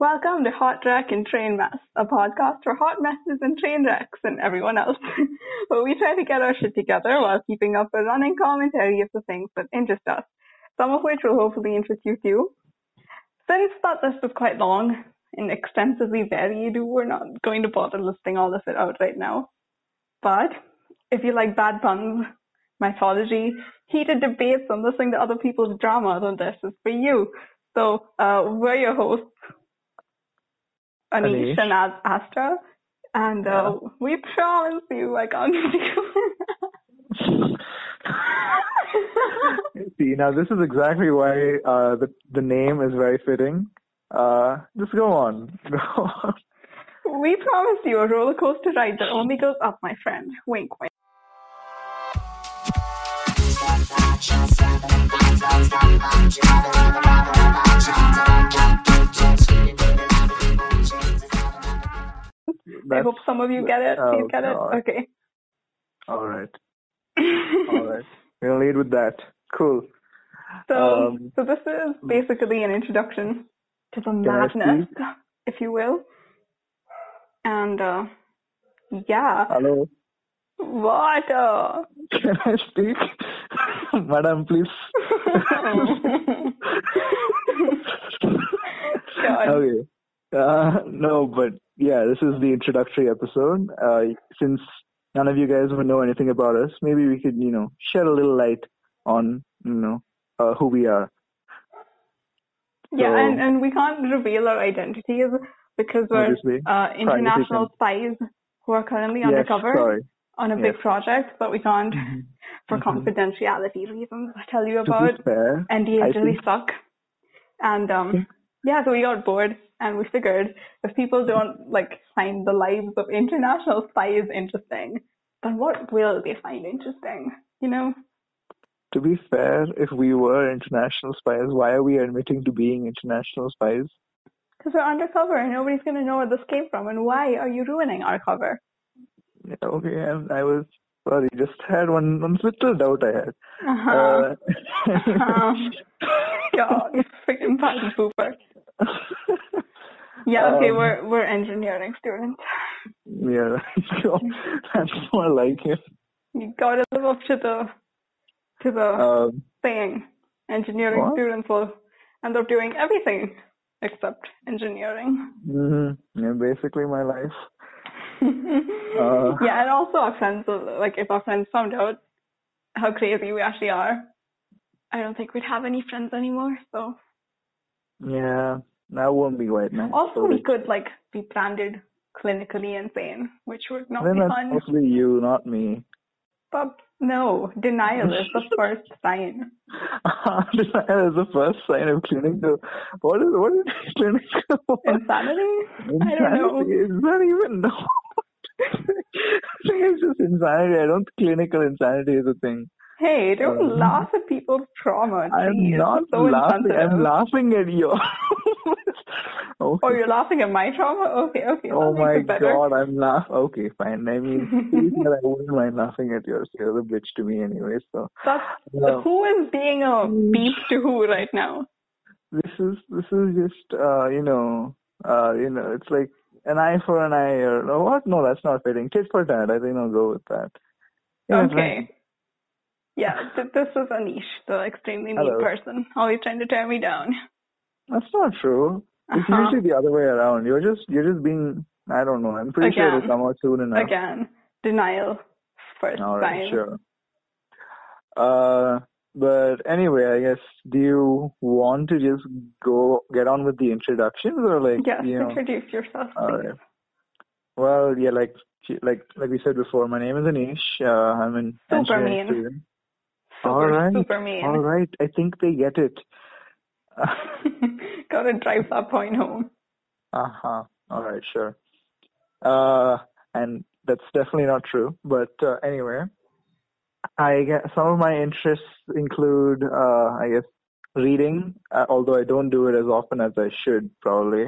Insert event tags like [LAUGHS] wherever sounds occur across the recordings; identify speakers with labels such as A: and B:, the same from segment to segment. A: Welcome to Hot Wreck and Train Mess, a podcast for hot messes and train wrecks and everyone else, [LAUGHS] where we try to get our shit together while keeping up a running commentary of the things that interest us, some of which will hopefully interest you too. Since that list was quite long and extensively varied, we're not going to bother listing all of it out right now. But if you like bad puns, mythology, heated debates, and listening to other people's drama, then this is for you. So uh, we're your hosts, Anish
B: Anish.
A: and As- Astra, and uh, we promise you, I can't speak.
B: See, now this is exactly why uh, the the name is very fitting. Uh, just go on. [LAUGHS] Go on.
A: we promise you a roller coaster ride that only goes up, my friend. Wink, wink. I
B: That's
A: hope some of you get it.
B: oh,
A: Please get it.
B: God.
A: Okay.
B: all right. All right. We'll lead with that. Cool.
A: [LAUGHS] so,
B: Um,
A: so this is basically an introduction to the
B: I
A: madness, if you will. And uh, yeah,
B: Hello.
A: what? [LAUGHS] uh,
B: Can I speak, [LAUGHS] madam? Please.
A: God.
B: Okay. Uh, no, but yeah, this is the introductory episode. Uh, since none of you guys would know anything about us, maybe we could, you know, shed a little light on, you know, uh, who we are.
A: Yeah,
B: So-
A: and, and we can't reveal our identities because we're
B: Obviously.
A: uh, international spies who are currently undercover
B: Yes, sorry.
A: on a big
B: Yes. Mm-hmm.
A: project that we can't, for confidentiality reasons, [LAUGHS] tell you
B: To
A: about.
B: be fair, Mm-hmm. I
A: NDAs really
B: think-
A: suck. And um, yeah, so we got bored and we figured if people don't like find the lives of international spies interesting, then what will they find interesting? You know?
B: to be fair, if we were international spies, why are we admitting to being international spies?
A: Because we're undercover and nobody's going to know where this came from. And why are you ruining our cover?
B: Yeah, okay, I, I was sorry. Just had one, one little doubt I had.
A: Uh-huh.
B: Uh, [LAUGHS]
A: Um, God, freaking bad pooper. Yeah, okay,
B: Um,
A: we're we're engineering students.
B: Yeah, [LAUGHS] so that's more like it.
A: You gotta live up to the to the
B: Um,
A: thing. Engineering
B: What?
A: students will end up doing everything except engineering.
B: mhm, yeah, basically my life. Uh,
A: yeah, and also our friends, will- like if our friends found out how crazy we actually are, I don't think we'd have any friends anymore. So
B: yeah, that won't be quite nice.
A: also
B: would
A: we
B: it?
A: could like be branded clinically insane, which would not
B: then
A: be
B: that's
A: fun.
B: mostly you, not me. [LAUGHS]
A: But no, denial is the first sign.
B: that is the first sign of clinical. What is what is [LAUGHS] clinical?
A: Insanity? I don't know.
B: Insanity? Is that even no? [LAUGHS] I think it's just insanity. I don't clinical insanity is a thing.
A: Hey, don't
B: Um,
A: laugh at people's trauma.
B: I'm
A: Jeez,
B: not
A: so
B: laughing.
A: insensitive.
B: I'm laughing at you. [LAUGHS] okay.
A: Oh, you're laughing at my trauma? Okay, okay. that
B: Oh
A: makes
B: my
A: it better.
B: god, I'm laugh. Okay, fine. I mean, to be fair, I wouldn't mind laughing at yours. You're the bitch to me anyway.
A: [LAUGHS]
B: So
A: That's,
B: No.
A: Who is being a beef to who right now?
B: this is this is just uh, you know, uh, you know, it's like an eye for an eye or or what? No, that's not fitting. Tit for tat. I think I'll go with that. Yeah, it's
A: okay.
B: like-
A: Yeah, th- this is Anish, the extremely mean
B: Hello.
A: person, always trying to tear me down.
B: that's not true. It's
A: Uh-huh.
B: usually the other way around. You're just you're just being. I don't know. I'm pretty sure
A: Again.
B: it'll come out soon enough.
A: Again, denial first
B: All right,
A: sign.
B: sure. Uh, but anyway, I guess do you want to just go get on with the introductions or like
A: Yes,
B: you know?
A: introduce yourself.
B: All
A: please.
B: right. Well, yeah, like like like we said before, my name is Anish. Uh, I'm an
A: Super
B: engineering
A: mean.
B: student.
A: Super,
B: all right,
A: super mean.
B: All right, I think they get it.
A: [LAUGHS] Gotta drive that point home.
B: Uh-huh. All right, sure. Uh, and that's definitely not true. But uh, anyway, I guess some of my interests include, uh, I guess, reading, uh, although I don't do it as often as I should, probably.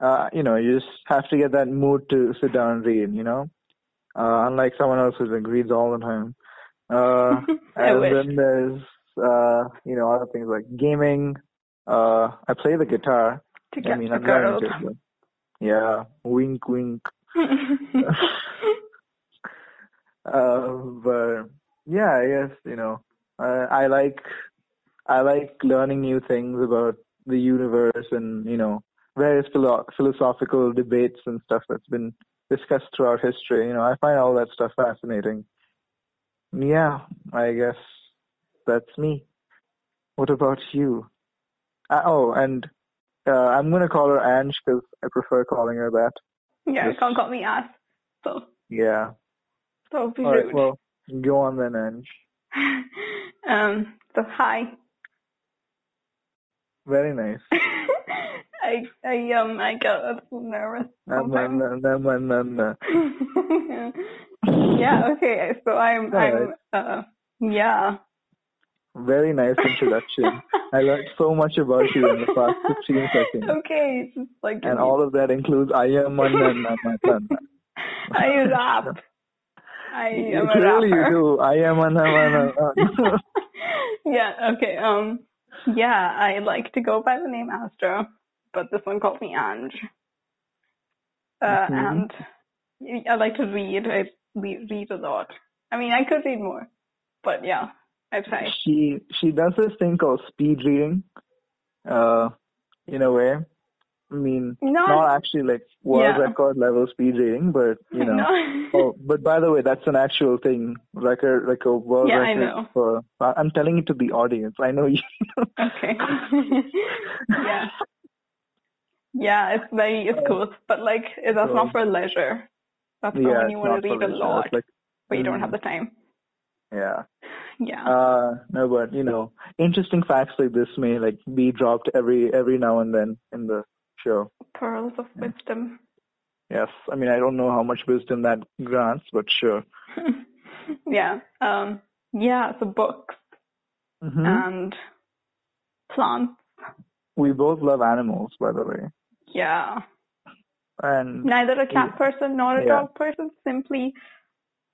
B: Uh, you know, you just have to get that mood to sit down and read, you know? Uh, unlike someone else who like, reads all the time. Uh,
A: [LAUGHS] I
B: and
A: wish.
B: then there's, uh, you know, other things like gaming. Uh, I play the guitar.
A: to
B: I
A: get
B: mean,
A: the
B: I'm not
A: girls.
B: interested. Yeah, wink, wink.
A: [LAUGHS]
B: Uh, but yeah, I guess you know, uh, I, I like I like learning new things about the universe and you know various philo- philosophical debates and stuff that's been discussed throughout history. You know, I find all that stuff fascinating. Yeah, I guess that's me. What about you? Uh, oh, and uh, I'm gonna call her Ange because I prefer calling her that.
A: yeah,
B: Yes.
A: can't call me ass. So,
B: Yeah.
A: so be
B: All right.
A: rude.
B: Well, go on then, Ange.
A: [LAUGHS] um, so hi. [LAUGHS]
B: Very nice.
A: I, I, um, I get a little nervous
B: Na, na,
A: sometimes.
B: na, na, na, na, na.
A: [LAUGHS] yeah, okay, so I'm, I'm,
B: Alright.
A: uh, yeah.
B: Very nice introduction. I learned so much about you in the past
A: [LAUGHS]
B: 15 seconds.
A: Okay, it's just like
B: And all of that includes Ayamananamanana.
A: I
B: [LAUGHS]
A: rap. [LAUGHS] I am a
B: Clearly you
A: rapper.
B: do.
A: [LAUGHS]
B: Ayamananamanana.
A: yeah, okay. Um yeah, I like to go by the name Astra, but this one called me Ange. Uh
B: Mhm.
A: and I like to read. I le- read a lot. I mean, I could read more, but yeah, I try.
B: [LAUGHS] She she does this thing called speed reading. Uh, in a way. I mean,
A: Not, [LAUGHS]
B: not actually like world
A: Yeah.
B: record level speed reading, but you know.
A: not-
B: [LAUGHS] Oh, but by the way, that's an actual thing, like a like a world
A: Yeah, I
B: record
A: know.
B: for. I- I'm telling it to the audience. I know [LAUGHS] you.
A: Okay. [LAUGHS] yeah. Yeah, it's very it's cool, but like it- that's
B: So-
A: not for leisure. That's for when
B: yeah,
A: Oh, you
B: it's
A: want
B: not
A: to read a
B: for leisure.
A: lot,
B: It's like
A: but you don't
B: mm,
A: have the time.
B: yeah.
A: Yeah.
B: Uh, no, but you know, interesting facts like this may like be dropped every every now and then in the show.
A: Pearls of wisdom.
B: Yes, I mean I don't know how much wisdom that grants, but sure.
A: yeah. Um yeah, so books
B: hmm
A: and plants.
B: we both love animals, by the way,
A: Yeah.
B: and
A: Neither a cat person nor a
B: Yeah.
A: dog person, simply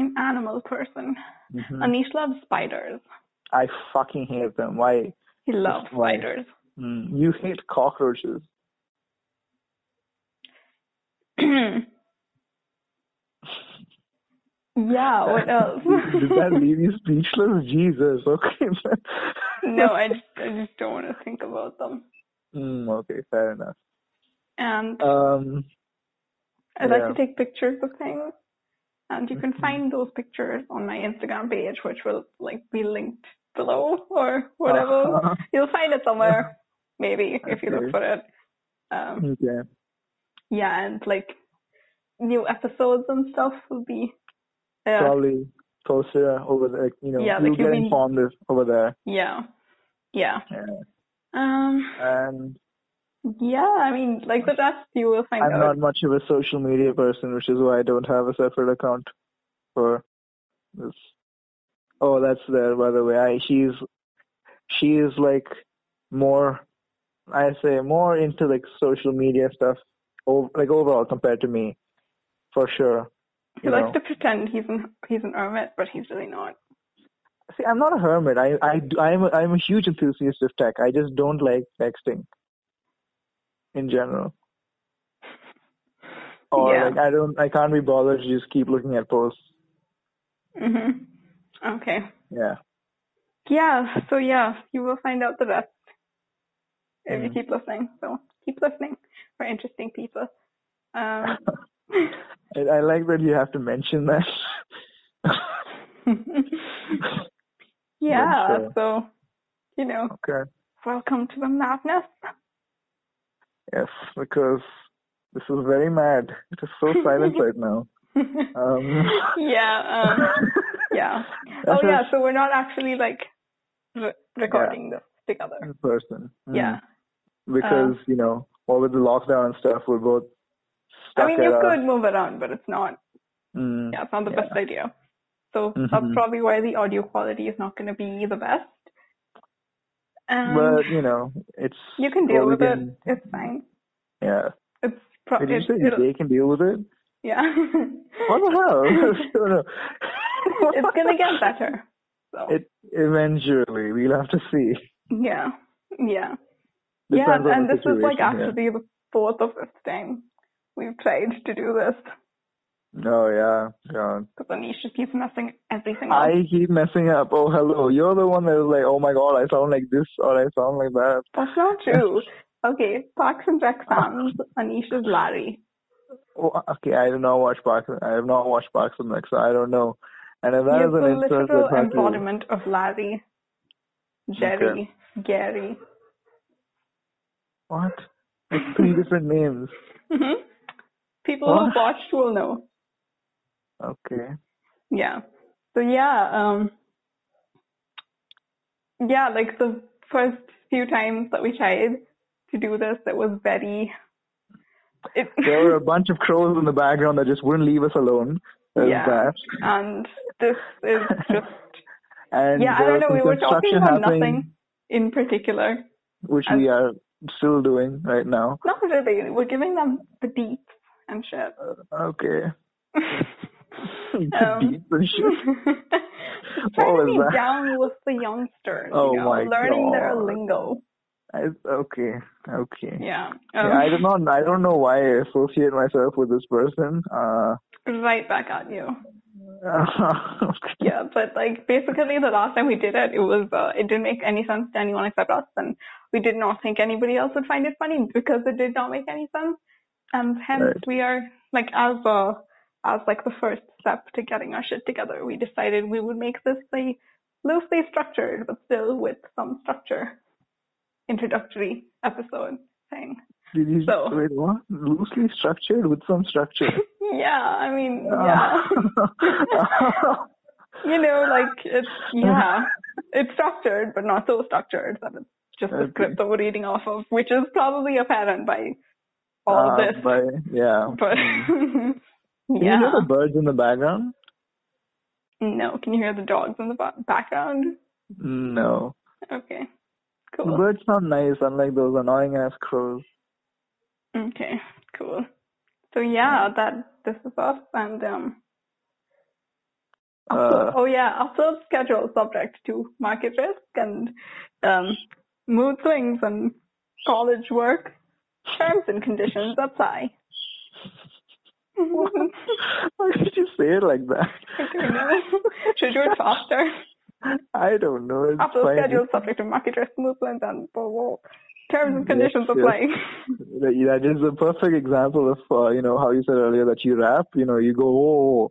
A: an animal person.
B: mhm.
A: Anish loves spiders.
B: I fucking hate them. Why?
A: He loves
B: Why?
A: spiders. [CLEARS THROAT]
B: Mm, you hate cockroaches.
A: yeah,
B: [LAUGHS]
A: what else?
B: Did that leave you speechless? Jesus. Okay.
A: [LAUGHS]
B: [LAUGHS]
A: no, I just, I just don't want to think about them. Hmm,
B: mm, okay. Fair enough.
A: And
B: Um.
A: I like
B: yeah. Mm-hmm.
A: to take pictures of things. And you can find those pictures on my Instagram page, which will like be linked below or whatever.
B: Uh, [LAUGHS]
A: You'll find it somewhere, maybe if you
B: Okay.
A: look for it. Um,
B: okay.
A: yeah, and like new episodes and stuff will be. Uh,
B: Probably posted uh, over there. You know,
A: Yeah,
B: you'll
A: like you
B: get
A: mean-
B: informed if- over there.
A: yeah, yeah.
B: Yeah.
A: Um,
B: And
A: yeah. I mean, like the rest you will find
B: I'm
A: out.
B: not much of a social media person, which is why I don't have a separate account for this. Oh, that's there by the way. I she's she is like more I say more into like social media stuff over, like overall compared to me for sure.
A: He
B: You
A: likes
B: know.
A: to pretend he's an he's an hermit, but he's really not.
B: See, I'm not a hermit. I I do- I'm a, I'm a huge enthusiast of tech. I just don't like texting in general.
A: [LAUGHS]
B: Or
A: Yeah.
B: like I don't I can't be bothered to just keep looking at posts.
A: Mhm. Okay.
B: Yeah.
A: Yeah. So yeah, you will find out the rest if you
B: Mm.
A: keep listening. So keep listening for interesting people. Um, [LAUGHS]
B: [LAUGHS] I, I like that you have to mention that. [LAUGHS]
A: yeah.
B: sure.
A: So you know,
B: okay.
A: welcome to the madness. [LAUGHS]
B: Yes, because this is very mad. It is so silent
A: [LAUGHS]
B: right now. Um,
A: yeah. Um,
B: [LAUGHS]
A: yeah. Oh
B: That's
A: yeah.
B: us
A: So we're not actually like re- recording this together.
B: in person. Mm.
A: Yeah. Uh.
B: Because, you know, what with the lockdown and stuff, we're both stuck
A: I mean,
B: at
A: you
B: our-
A: could move around, but it's not.
B: Mm,
A: Yeah, it's not the
B: Yeah.
A: best idea. So
B: Mhm.
A: that's probably why the audio quality is not going to be the best. Um,
B: But, you know, it's.
A: you can deal
B: well, we
A: with it.
B: can-
A: It's fine.
B: Yeah.
A: It's pro-
B: Did you
A: it,
B: say
A: it'll-
B: they can deal with it?
A: yeah.
B: What the [LAUGHS] hell? No, no.
A: [LAUGHS] it's going to get better. So
B: It, eventually, we'll have to see.
A: yeah, yeah, yeah.
B: Depends on
A: And
B: the
A: this is like
B: situation, yeah.
A: actually the fourth or fifth time we've tried to do this
B: Oh yeah, God.
A: because Anisha keeps messing everything up.
B: I keep messing up. Oh hello, you're the one that is like, oh my God, I sound like this or I sound like that.
A: That's not
B: [LAUGHS]
A: true. Okay, Parks and Rec fans, Anisha's Larry.
B: Oh, okay, I do not watch Parks. I have not watched Parks and Rec, so I don't know. And if that
A: He
B: is
A: is the
B: an insult,
A: literal
B: that's not true.
A: embodiment of Larry, Jerry, Gary.
B: What? It's three different names.
A: hmm People
B: What?
A: who watched will know.
B: Okay.
A: Yeah. So yeah, um, yeah, like the first few times that we tried to do this, it was very. It,
B: There were a bunch of crows in the background that just wouldn't leave us alone. There's
A: Yeah.
B: that.
A: [LAUGHS] and this is just
B: And
A: Yeah, I
B: there
A: don't know, we
B: was
A: were talking
B: construction
A: about
B: happening,
A: nothing. in particular.
B: which we are still doing right now.
A: Not really. We're giving them the deep and shit. [LAUGHS]
B: Okay. [LAUGHS]
A: Um,
B: Deep and
A: [LAUGHS]
B: shit.
A: Trying to
B: What was
A: be
B: that?
A: down with the youngsters,
B: Oh
A: you know,
B: my
A: learning their
B: God.
A: lingo.
B: I- okay. Okay.
A: Yeah. Um,
B: Yeah, I do not. I don't know why I associate myself with this person. Uh, [LAUGHS]
A: Right back at you. Yeah, but like basically the last time we did it, it was uh, it didn't make any sense to anyone except us, and we did not think anybody else would find it funny because it did not make any sense, and hence
B: Right.
A: we are like as uh as like the first step to getting our shit together, we decided we would make this a loosely structured but still with some structure introductory episode thing.
B: Did you
A: So-
B: wait? What? Loosely structured with some structure.
A: Yeah, I mean, [LAUGHS]
B: Oh.
A: yeah.
B: [LAUGHS]
A: you know, like it's
B: [LAUGHS]
A: yeah, it's structured, but not so structured that it's just a
B: Okay.
A: script that we're reading off of, which is probably apparent by all
B: Uh,
A: this.
B: But yeah.
A: [LAUGHS] But
B: Can you hear
A: yeah,
B: the birds in the background?
A: no, can you hear the dogs in the ba- background?
B: No.
A: Okay,
B: The
A: cool.
B: birds sound nice, unlike those annoying ass crows.
A: Okay, cool. So yeah, that this is us and um.
B: Uh,
A: oh yeah, upload schedule subject to market risk and um, mood swings and college work, terms and conditions at
B: [LAUGHS]
A: Psy. I
B: [LAUGHS] why did you say it like that?
A: don't know. Should do it faster.
B: I don't know. It's
A: Upload
B: fine.
A: schedule subject to market risk, mood swings and blah, blah, blah. terms and conditions
B: Yes,
A: apply.
B: [LAUGHS] That that is a perfect example of uh, you know how you said earlier that you rap. You know, you [LAUGHS] go. Oh.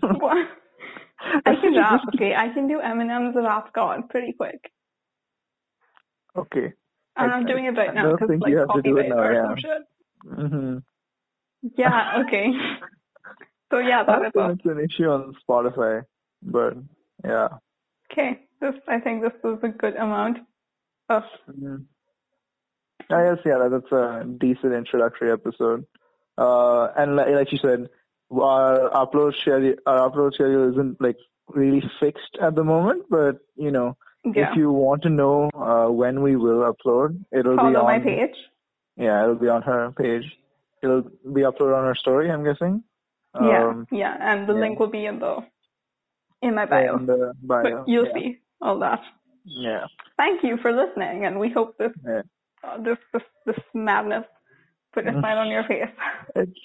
A: What? [LAUGHS] I can
B: [LAUGHS]
A: rap, okay? I can do Eminem's Rap God pretty quick.
B: Okay.
A: And I'm
B: Okay.
A: doing it
B: I
A: right now
B: don't
A: because
B: think
A: like
B: you have to do
A: copyright
B: it now,
A: or
B: yeah.
A: some shit.
B: hmm
A: Yeah, okay. [LAUGHS] So yeah,
B: I
A: that
B: don't
A: is all.
B: think it's an issue on Spotify, but yeah.
A: Okay, this I think this was a good amount of
B: Mm-hmm. I guess yeah, that- that's a decent introductory episode. Uh, and like, like you said, our upload schedule, our upload schedule isn't like really fixed at the moment, but you know,
A: yeah.
B: if you want to know uh, when we will upload, it'll be
A: Follow
B: on
A: my page.
B: yeah, it'll be on her page. It'll be uploaded on her story, I'm guessing.
A: yeah,
B: Um,
A: yeah, and the
B: yeah.
A: link will be in the in my bio.
B: and, uh, bio.
A: But you'll
B: yeah.
A: see all that.
B: Yeah.
A: Thank you for listening, and we hope this
B: Yeah.
A: uh, this this this madness put a
B: Mm.
A: smile on your face.
B: It's,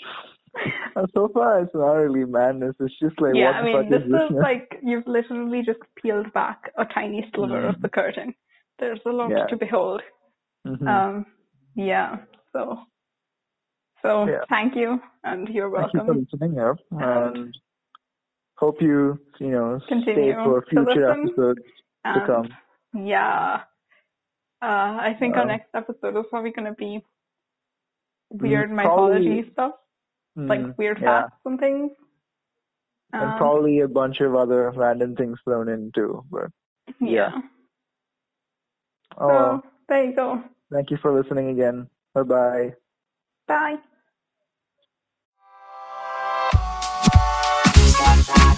B: uh, so far, it's not really madness. It's just
A: [LAUGHS]
B: like
A: yeah,
B: what
A: I
B: the
A: mean,
B: fuck
A: this
B: is this? [LAUGHS]
A: is like you've literally just peeled back a tiny sliver of the curtain. There's a lot
B: Mm-hmm. Yeah.
A: to behold.
B: Mhm.
A: Um, yeah. So, so
B: Yeah.
A: thank you, and you're
B: Thank you for
A: welcome.
B: listening up,
A: And-
B: and hope you you know
A: Continue
B: stay for
A: to
B: future
A: listen.
B: episodes to come.
A: And Um, yeah, uh, I think our
B: Yeah.
A: next episode is probably gonna be weird
B: Mm, probably-
A: mythology stuff,
B: Mm,
A: like weird
B: yeah,
A: facts and things.
B: and
A: Um,
B: probably a bunch of other random things thrown in too. But
A: yeah. So
B: oh, well.
A: there you go.
B: thank you for listening again. Bye bye.
A: Bye.
C: Stop, stop,